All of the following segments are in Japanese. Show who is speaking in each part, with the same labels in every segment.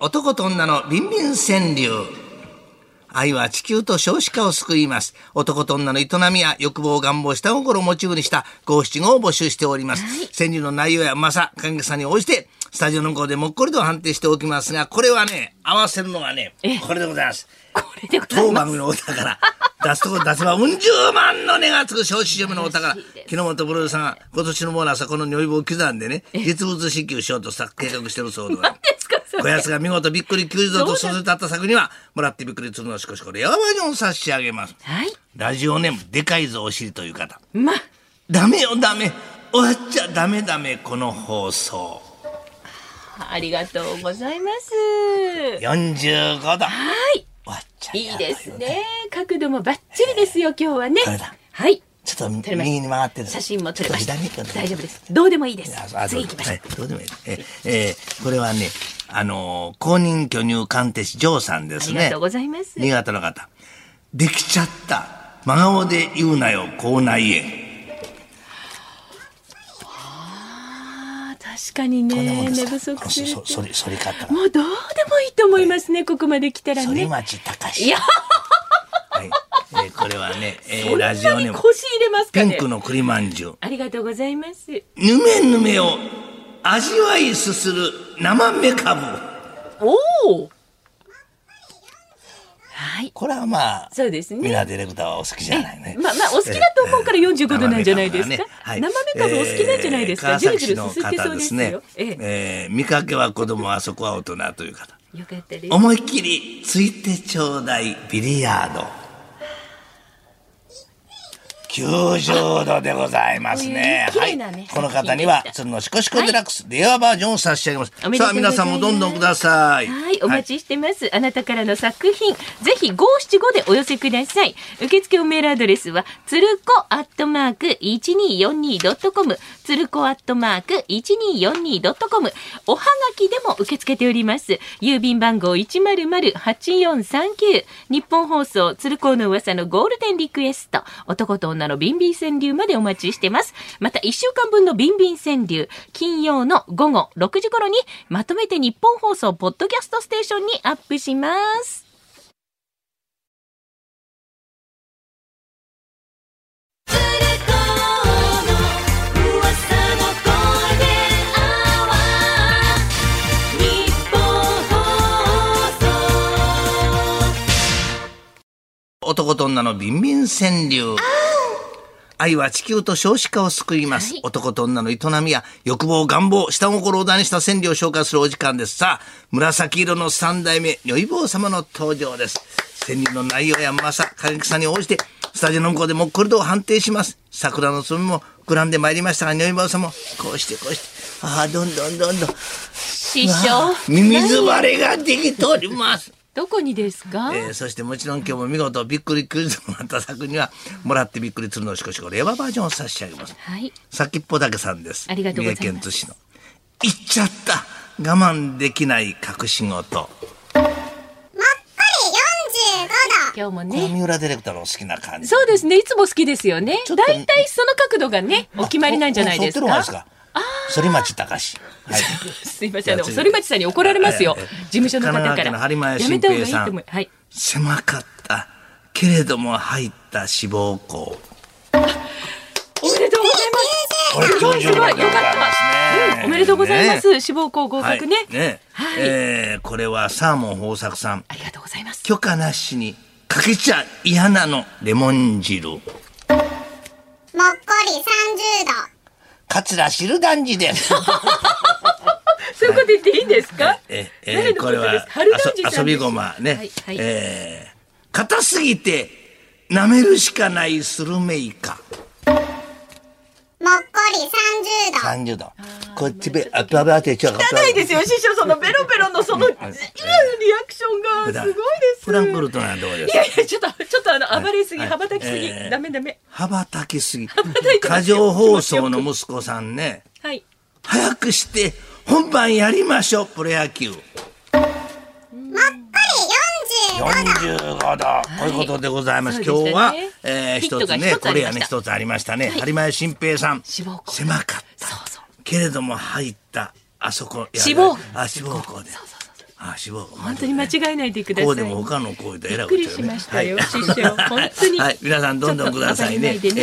Speaker 1: 男と女のビンビン川柳。愛は地球と少子化を救います。男と女の営みや欲望、願望、下心をモチーフにした五七五を募集しております。川柳の内容やまさ、関係さに応じて、スタジオの方でもっこりと判定しておきますが、これはね、合わせるのはね、これでございます。
Speaker 2: これでござい
Speaker 1: 当
Speaker 2: ま
Speaker 1: 番
Speaker 2: す。
Speaker 1: 組のお宝出すとこ出せばうん十万の値がつく少子女部のお宝木之本ブルーさんが今年のボーナスはこの如意棒を刻んでね実物支給しようとさ計画してるそうでございます
Speaker 2: ですか それ
Speaker 1: こやつが見事びっくり急増と育てたった作にはもらってびっくりするのしこしこレアバージョンを差し上げます
Speaker 2: はい。
Speaker 1: ラジオネームでかいぞお尻という方
Speaker 2: ま、
Speaker 1: ダメよダメ終わっちゃダメダメこの放送
Speaker 2: ありがとうございます。
Speaker 1: 45度
Speaker 2: は
Speaker 1: 終
Speaker 2: い。
Speaker 1: わっちゃ
Speaker 2: いい
Speaker 1: やばよ
Speaker 2: ですね。角度もバッチリですよ、今日はね
Speaker 1: これだ。
Speaker 2: はい。
Speaker 1: ちょっ
Speaker 2: 撮
Speaker 1: と
Speaker 2: れました
Speaker 1: 右に回ってる
Speaker 2: 写真も撮れました。大丈夫です。
Speaker 1: ど
Speaker 2: どうでもいいです
Speaker 1: あ。あ
Speaker 2: 次行きましょう。
Speaker 1: どうでもいいはいどうでもいいです。ええーこれはね、あのー公認巨乳鑑定士、ジョーさんで
Speaker 2: あ
Speaker 1: す
Speaker 2: り
Speaker 1: ね。
Speaker 2: がとうございます。
Speaker 1: 新潟の方。できちゃった。真顔で言うなよ、口内炎。
Speaker 2: あー確かに
Speaker 1: こんなもん
Speaker 2: ね、
Speaker 1: です
Speaker 2: 寝
Speaker 1: か
Speaker 2: 不足する
Speaker 1: そ、そ、そ
Speaker 2: と。
Speaker 1: り、そり方。
Speaker 2: もうどうでもいいと思いますね、ここまで来たら
Speaker 1: 反
Speaker 2: ね。
Speaker 1: 町隆史。
Speaker 2: いや、
Speaker 1: はい。えーこれはね、えー
Speaker 2: こんな
Speaker 1: ラ
Speaker 2: に
Speaker 1: ジオネーム。
Speaker 2: 腰入れますか
Speaker 1: ピ
Speaker 2: ね。
Speaker 1: ンクの栗まんじゅう。
Speaker 2: ありがとうございます。
Speaker 1: ぬめぬめを味わいすする生めかぶ。
Speaker 2: おお。はい。
Speaker 1: これはまあ、
Speaker 2: そうですね。
Speaker 1: ミラーディレクターはお好きじゃないね。
Speaker 2: まあまあお好きだと思うから45度なんじゃないですか。
Speaker 1: はい
Speaker 2: 生めかぶお好きなんじゃないです
Speaker 1: え
Speaker 2: か。
Speaker 1: ー
Speaker 2: ジュ
Speaker 1: 川
Speaker 2: ル
Speaker 1: 崎
Speaker 2: ジ
Speaker 1: 市
Speaker 2: ュル
Speaker 1: の
Speaker 2: すすって
Speaker 1: 方
Speaker 2: そう
Speaker 1: で
Speaker 2: ですす
Speaker 1: ね
Speaker 2: よ。。ええ
Speaker 1: えー見かけは子供、あそこは大人という方。
Speaker 2: よかったです。
Speaker 1: 思いっきりついてちょうだいビリヤード。90度でございますね。
Speaker 2: こう
Speaker 1: は
Speaker 2: いう綺麗
Speaker 1: い
Speaker 2: なね。
Speaker 1: この方には
Speaker 2: 作品でした
Speaker 1: 鶴のシコシコデラックスレアバージョンを差し上げます。
Speaker 2: おめでと
Speaker 1: さあ
Speaker 2: うございま
Speaker 1: 皆
Speaker 2: す
Speaker 1: さんもどんどんください。
Speaker 2: はい、お待ちしてます。あなたからの作品、ぜひ575でお寄せください。受付メールアドレスは、つるこアットマーク 1242.com、つるこアットマーク 1242.com、おはがきでも受け付けております。郵便番号100-8439、日本放送、つるこの噂のゴールデンリクエスト、男と女のビンビン川柳までお待ちしてます。また1週間分のビンビン川柳、金曜の午後6時頃にまとめて日本放送ポッドキャストステーションにアップします。
Speaker 1: 男と女のビンビン川柳。愛は地球と少子化を救います。
Speaker 2: はい
Speaker 1: 男と女の営みや欲望、願望、下心を大にした川柳を紹介するお時間です。さあ、紫色の三代目、如意坊様の登場です。川柳の内容やまさ、過激さに応じて、スタジオの向こうでもっこりと判定します。桜のつぼみも膨らんでまいりましたが、如意坊様、こうしてこうして、ああ、どんどんどんどん、
Speaker 2: 師匠。
Speaker 1: ミミズ割れができております。
Speaker 2: どこにですか、
Speaker 1: えーそしてもちろん今日も見事びっくりクイズもらった作にはもらってびっくりするのをしこしこレババージョンを差し上げます
Speaker 2: はい。
Speaker 1: 先っぽだけさんです
Speaker 2: ありがとうございます
Speaker 1: 三重県津市の行っちゃった我慢できない隠し事
Speaker 2: 今日も
Speaker 1: これ
Speaker 2: ね。
Speaker 1: 三浦ディレクターのお好きな感じ
Speaker 2: そうですね。いつも好きですよね。
Speaker 1: ちょっと
Speaker 2: 大体その角度がね、お決まりなんじゃないです
Speaker 1: あ
Speaker 2: か。
Speaker 1: そそうそってる方がいいですか反町隆史はい
Speaker 2: すいません。あの、反町さんに怒られますよ
Speaker 1: はいはいはい。
Speaker 2: 事務所の方か
Speaker 1: 神奈川県の
Speaker 2: ら。
Speaker 1: 播磨屋
Speaker 2: や
Speaker 1: 新
Speaker 2: めた方がい
Speaker 1: 平
Speaker 2: いと
Speaker 1: さ
Speaker 2: 思
Speaker 1: ん
Speaker 2: う。はい。
Speaker 1: 狭かったけれども入った志望校
Speaker 2: おめでとうございます。
Speaker 1: これ
Speaker 2: すごいすごい。よかっ
Speaker 1: 90でございますね
Speaker 2: た。うんおめでとうございます。志望校合
Speaker 1: はい
Speaker 2: 格ね。
Speaker 1: ね
Speaker 2: はい
Speaker 1: えーこれはサーモン豊作さん
Speaker 2: ありがとうございます。
Speaker 1: 許可なしにかけちゃ嫌なのレモン汁
Speaker 3: もっこり30度。
Speaker 1: 桂汁団治です
Speaker 2: そういうこと言っていいんですか
Speaker 1: ええ
Speaker 2: 誰の
Speaker 1: こ
Speaker 2: こ
Speaker 1: れ
Speaker 2: とで
Speaker 1: は
Speaker 2: す春団治さんです
Speaker 1: 遊び駒ね、
Speaker 2: はいはい
Speaker 1: えー硬すぎて舐めるしかないスルメイカ
Speaker 3: もっこり30度。
Speaker 1: 30度こっちべあばばてちゃう
Speaker 2: 汚いです よ、師匠。そのベロベロのその、リアクションがすごいです。
Speaker 1: フランクフルトなんてどうで
Speaker 2: い
Speaker 1: す
Speaker 2: やいや、ちょっと、ちょっとあの、暴れすぎ、
Speaker 1: はい
Speaker 2: 羽ばたきすぎ
Speaker 1: ええ。
Speaker 2: ダメダメ。
Speaker 1: 羽ばたきすぎ
Speaker 2: たいてま
Speaker 1: 過
Speaker 2: すよ
Speaker 1: 剰放送の息子さんね
Speaker 2: はい。
Speaker 1: 早くして本番やりましょうプロ野球
Speaker 3: もっこり40度。
Speaker 1: 45度、こういうことでございます。
Speaker 2: そうでした
Speaker 1: 今日は
Speaker 2: ね、
Speaker 1: えー、
Speaker 2: ヒッ
Speaker 1: 一
Speaker 2: ト
Speaker 1: つ
Speaker 2: が
Speaker 1: ね、
Speaker 2: 一つ
Speaker 1: こ
Speaker 2: あ
Speaker 1: れ
Speaker 2: り
Speaker 1: や
Speaker 2: ま
Speaker 1: ね、
Speaker 2: した
Speaker 1: 一つありましたね。播磨屋新平さん。
Speaker 2: 志望校
Speaker 1: 狭かっ
Speaker 2: そうそう。
Speaker 1: た。けれども入った、あそこ。や
Speaker 2: 志望
Speaker 1: あ、志望校で。
Speaker 2: そうそうそう。
Speaker 1: あ志望校
Speaker 2: 本当に間違えないでください。
Speaker 1: こうでも他のこうで
Speaker 2: びっ
Speaker 1: 選ぶ
Speaker 2: くりしましたよ、師匠。本当に。
Speaker 1: はい、皆さんどんどんくださいね。
Speaker 2: ちょっ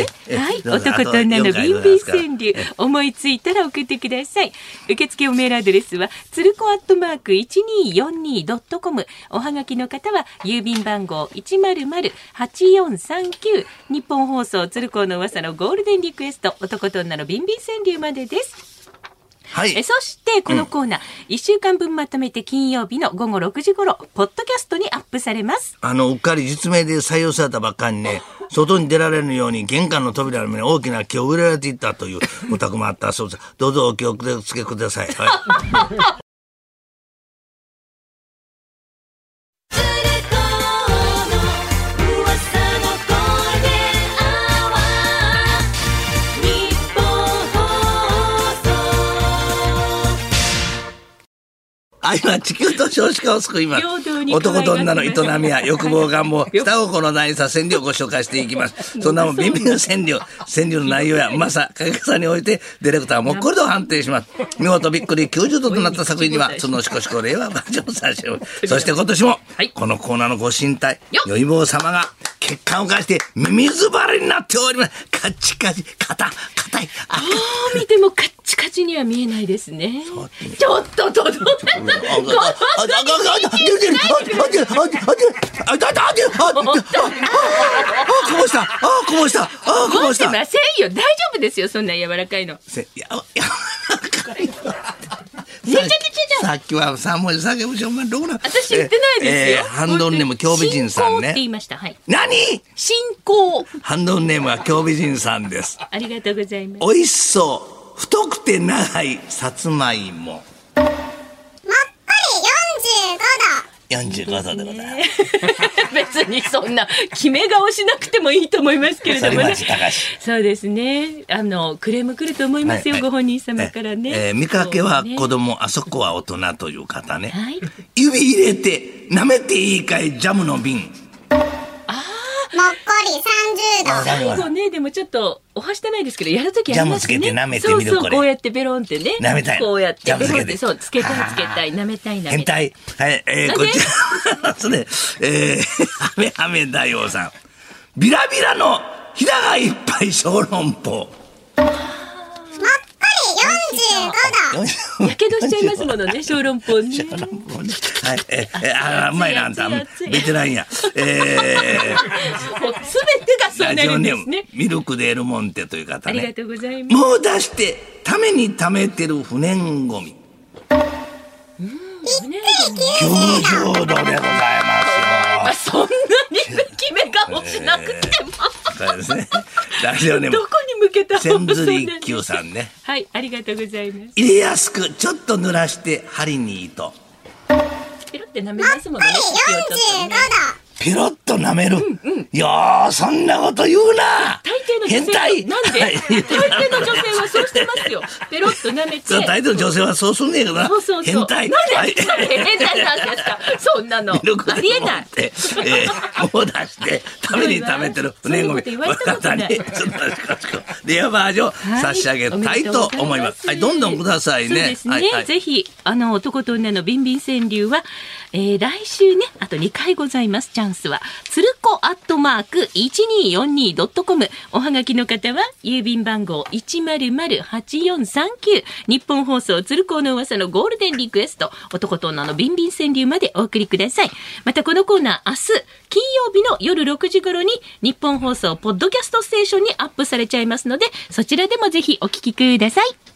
Speaker 2: とわか
Speaker 1: え
Speaker 2: り
Speaker 1: え
Speaker 2: ないでね
Speaker 1: ど
Speaker 2: は
Speaker 1: う
Speaker 2: い、男と女のビ
Speaker 1: ぞ
Speaker 2: ンビン川柳、思いついたら送ってください。受付おメールアドレスは、つるこアットマーク 1242.com。おはがきの方は、郵便番号100-8439。日本放送、つるこの噂のゴールデンリクエスト、男と女のビンビン川柳までです。
Speaker 1: は
Speaker 2: え
Speaker 1: い。
Speaker 2: そしてこのコーナー、一1週間分まとめて金曜日の午後6時頃ポッドキャストにアップされます
Speaker 1: あの、うっかり実名で採用されたばっかりにね、外に出られぬように玄関の扉の上に大きな木を植えられていったというお宅もあったそうです。どうぞお気をつけください。はい。愛は地球と少子化を救います
Speaker 2: 平等に。
Speaker 1: 男と女の営みや欲望願望、下心のないさ川柳をご紹介してい きます。そんなもん、ビンビンの川柳、川柳の内容やうまさ、かけさにおいて、ディレクターはもっこりと判定します。見事びっくり90度となった作品には、そのしこしこ令和バージョンを差 し上げそして今年も
Speaker 2: はい、
Speaker 1: このコーナーのご神体
Speaker 2: よ、っ
Speaker 1: よいぼう様が、血管を介して、水バレになっております。カチカチ、硬、硬い、あ
Speaker 2: どう見てもカッチカチには見えないですねちょっととどめ持ってませんよ大丈夫ですよそんな柔らかいの
Speaker 1: さっきは三文字叫ぶしお前どこな
Speaker 2: 私言ってないですよ、
Speaker 1: ハンドルネーム京美人さ
Speaker 2: 進
Speaker 1: ん
Speaker 2: 行って言
Speaker 1: ね
Speaker 2: いましたはい
Speaker 1: 何
Speaker 2: 進行
Speaker 1: ハンドルネームは京美人さんです
Speaker 2: ありがとうございます
Speaker 1: おいしそう太くて長いさつまいも
Speaker 3: もっこり45度。
Speaker 1: 45度でございます
Speaker 2: 別にそんな決め顔しなくてもいいと思いますけれどもね
Speaker 1: 反町隆史
Speaker 2: そうですねあのクレーム来ると思いますよ、
Speaker 1: はいはい
Speaker 2: ご本人様からね、
Speaker 1: ええ見かけは子
Speaker 2: そうね
Speaker 1: 供、あそこは大人という方ね、
Speaker 2: はい
Speaker 1: 指入れて舐めていいかいジャムの瓶
Speaker 3: もっこり30度。
Speaker 2: 最後ねでもちょっとおはしてないですけどやるときやりますね
Speaker 1: ジャムつけて舐めてみる
Speaker 2: そうそ
Speaker 1: こ
Speaker 2: う
Speaker 1: れ
Speaker 2: こうやってベロンってね
Speaker 1: 舐めたい
Speaker 2: こうやって
Speaker 1: ジャム
Speaker 2: ベ
Speaker 1: つ
Speaker 2: ロン
Speaker 1: け
Speaker 2: っててそうつけたいつけたい舐めたい舐
Speaker 1: 変
Speaker 2: めたい
Speaker 1: 態はいえー、
Speaker 2: なん
Speaker 1: こ
Speaker 2: で
Speaker 1: ち らそれえー、ハメハメ大王さんビラビラのひらがいっぱい小籠包
Speaker 3: もっこり45度。
Speaker 2: やけどしちゃい ますものね小籠包ね
Speaker 1: 小籠包ねはいえー、えー、あーうまいなあんた
Speaker 2: 熱い熱い熱い
Speaker 1: ベテランやえ
Speaker 2: もう全てが
Speaker 1: ー、
Speaker 2: そう
Speaker 1: ラ
Speaker 2: な
Speaker 1: ジオ
Speaker 2: るん
Speaker 1: ネ
Speaker 2: で
Speaker 1: ーム
Speaker 2: すね
Speaker 1: ミルクデールモンテという方
Speaker 2: あ
Speaker 1: ね
Speaker 2: りがとうございます
Speaker 1: もう出してためにためてる不燃ゴミ
Speaker 2: ね
Speaker 1: 90度でござい
Speaker 2: ま
Speaker 1: ま
Speaker 2: あそんな に決め顔しなくても
Speaker 1: すよそうですねラジオネーム
Speaker 2: どこに向けた
Speaker 1: 千
Speaker 2: 放送
Speaker 1: 鶴
Speaker 2: なん
Speaker 1: 一休さんね
Speaker 2: はいありがとうございます
Speaker 1: 入れやすくちょっと濡らして針に糸
Speaker 2: ピロって舐めますものね口をちょっとね
Speaker 1: ピロッと舐める、いやーそんなこと言うな
Speaker 2: 大抵の
Speaker 1: 変
Speaker 2: 女性は
Speaker 1: 態
Speaker 2: なんで
Speaker 1: はい
Speaker 2: 大抵の女性はそうしてますよペロッと舐めて
Speaker 1: そう大抵の女性はそうすんねえけどな
Speaker 2: そうそうそう
Speaker 1: 変態
Speaker 2: なんで、
Speaker 1: は
Speaker 2: 変態なんですかそんなのあ
Speaker 1: ミルク
Speaker 2: りえない
Speaker 1: えー、もう出して、食べに食べてる、
Speaker 2: そういうこと
Speaker 1: 年ごめ
Speaker 2: 言
Speaker 1: ん、
Speaker 2: われたこと
Speaker 1: 若
Speaker 2: な
Speaker 1: に、
Speaker 2: い
Speaker 1: ちょっと確かに、レアバージョン差し上げたいと思います。はい、どんどんください
Speaker 2: そうで
Speaker 1: ね。
Speaker 2: す
Speaker 1: は
Speaker 2: ね
Speaker 1: い、はい
Speaker 2: ぜひあの男と女のビンビン川柳は、えー、来週ねあと2回ございますチャンスはつるこアットマーク 1242.com おはがきの方は郵便番号100-8439日本放送つるこの噂のゴールデンリクエスト男と女のビンビン川柳までお送りくださいまたこのコーナー明日金曜日の夜6時頃に日本放送ポッドキャストステーションにアップされちゃいますのでそちらでもぜひお聞きください